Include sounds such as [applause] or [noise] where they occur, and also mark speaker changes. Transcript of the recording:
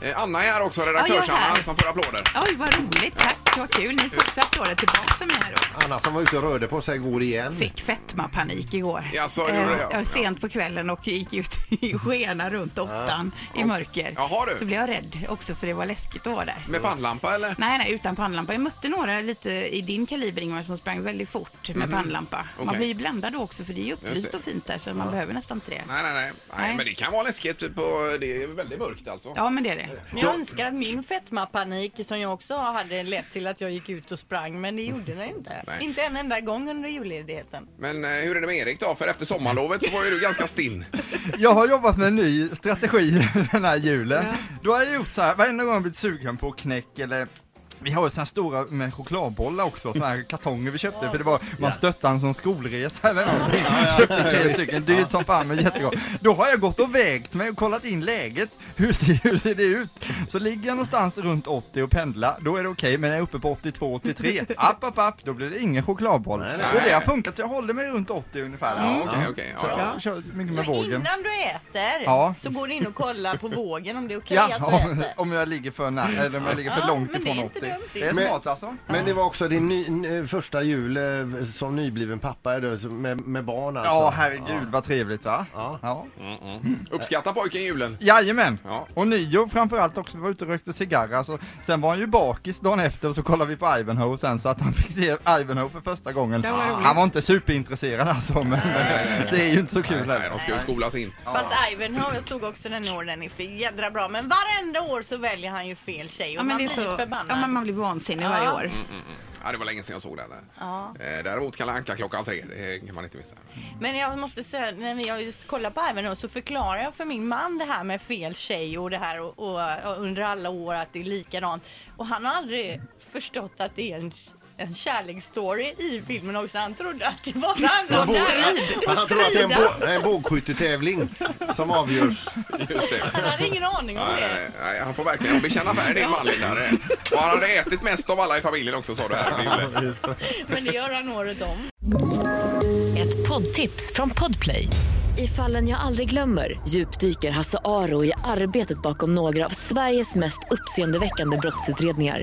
Speaker 1: Eh, Anna är här också,
Speaker 2: Ja, jag är
Speaker 1: redaktörs-Anna,
Speaker 2: här.
Speaker 1: som får applåder.
Speaker 2: Oj, vad roligt. Tack, vad kul. Ni får också applåder tillbaka som är här då.
Speaker 3: Anna som var ute och rörde på sig går igen.
Speaker 2: Fick fetmapanik igår.
Speaker 1: Jaså, gjorde du det?
Speaker 2: jag sent på kvällen och gick ut [laughs] i skena runt åttan i mörker.
Speaker 1: Jaha, du.
Speaker 2: Så blev jag rädd också för det var läskigt att vara där.
Speaker 1: Med pannlampa eller?
Speaker 2: Nej, nej, utan pannlampa. Jag mötte några lite i din kaliber Ingmar som sprang väldigt fort med pannlampa. Man
Speaker 1: Mm. Okej.
Speaker 2: blir ju bländad då också för det är ju
Speaker 1: Just
Speaker 2: upplyst
Speaker 1: det.
Speaker 2: och fint där så man behöver nästan inte det.
Speaker 1: Nej, nej, nej. Nej,
Speaker 2: Nej.
Speaker 1: men det kan vara läskigt. På, det är väldigt mörkt alltså.
Speaker 2: Ja, men det är det.
Speaker 4: Men Jag önskar att min fetmapanik som jag också hade lett till att jag gick ut och sprang men det gjorde den inte.
Speaker 1: Nej.
Speaker 4: Inte en enda gång under julledigheten.
Speaker 1: Men eh, hur är det med Erik då? För efter sommarlovet så var ju du ganska
Speaker 3: [laughs]
Speaker 1: stinn.
Speaker 5: Jag har jobbat med en ny strategi [laughs] den här julen. Då har jag gjort så här, varenda gång jag blivit sugen på knäck eller vi har ju såna här stora med chokladbollar också, såna här kartonger vi köpte för det var, man stöttade en sån skolresa eller någonting. Köpte tre stycken, dyrt som fan men jättegott. Då har jag gått och vägt mig och kollat in läget, hur ser, hur ser det ut? Så ligger jag någonstans runt 80 och pendlar, då är det okej, men är jag uppe på 82-83, app, app, app, då blir det ingen chokladboll.
Speaker 1: nej.
Speaker 5: Och det har funkat, så jag håller mig runt 80 ungefär.
Speaker 1: Ja, okej, okej.
Speaker 5: Så
Speaker 1: Ja, ja.
Speaker 5: jag kör mycket med
Speaker 4: Så
Speaker 5: vågen.
Speaker 4: innan du äter
Speaker 5: Ja.
Speaker 4: så går du in och kollar på vågen om det är okej
Speaker 5: Ja,
Speaker 4: att du
Speaker 5: om,
Speaker 4: äter.
Speaker 5: om jag ligger för nära, eller om jag ligger för
Speaker 4: Ja,
Speaker 5: långt
Speaker 4: men det är
Speaker 5: ifrån
Speaker 4: inte
Speaker 5: 80.
Speaker 4: dumt.
Speaker 5: Det är
Speaker 3: Men-
Speaker 5: smart alltså.
Speaker 3: Men det var också din ny, n- första jul eh, som nybliven pappa då, som- med, med barn alltså.
Speaker 5: Ja, herregud vad trevligt va?
Speaker 3: Ja.
Speaker 5: Ja.
Speaker 1: Uppskattar pojken julen?
Speaker 5: Jajamän!
Speaker 1: Ja.
Speaker 5: Och nyår framförallt också, vi var ute och rökte cigarr. Alltså, sen var han ju bakis dagen efter och så kollade vi på Ivanhoe sen så att han [laughs] fick se Ivanhoe för första gången.
Speaker 2: Det var roligt.
Speaker 5: han var inte superintresserad alltså men, men det är ju inte så kul
Speaker 1: Nej,
Speaker 5: heller.
Speaker 1: de ska ju skolas in.
Speaker 4: Fast Ivanhoe, jag såg också den i år, den är för jädra bra. Men varenda år så väljer han ju fel tjej och
Speaker 2: Ja, men
Speaker 4: man
Speaker 2: det är
Speaker 4: blir
Speaker 2: så.
Speaker 4: förbannad.
Speaker 2: Ja, men man blir vansinnig varje
Speaker 4: Ja.
Speaker 2: år.
Speaker 1: Ja, det var länge sedan jag såg den.
Speaker 4: Ja.
Speaker 1: Eh, Däremot Kalle Anka klockan tre, det kan man inte
Speaker 2: [laughs]
Speaker 1: missa.
Speaker 4: Men jag måste säga, när vi- jag just kollar på Ivanhoe så förklarar jag för min man det här med fel tjej och det här och, och, och under alla år att det är likadant. Och han har aldrig förstått att det är en, en kärleksstory i filmen också. Han trodde att det var
Speaker 3: Han
Speaker 4: annan
Speaker 3: bor-
Speaker 4: kärlek.
Speaker 3: Men han tror att det är en, bo, en bågskyttetävling som avgörs.
Speaker 1: Just det.
Speaker 4: Han hade ingen aning om
Speaker 1: Nej,
Speaker 4: det.
Speaker 1: nej, nej, han får verkligen bekänna färg din man Linda. Det- Och han hade ätit mest av alla i familjen också sa du här. Lille.
Speaker 4: Men det gör han året om.
Speaker 6: Ett poddtips från Podplay. I fallen jag aldrig glömmer djupdyker Hasse Aro i arbetet bakom några av Sveriges mest uppseendeväckande brottsutredningar.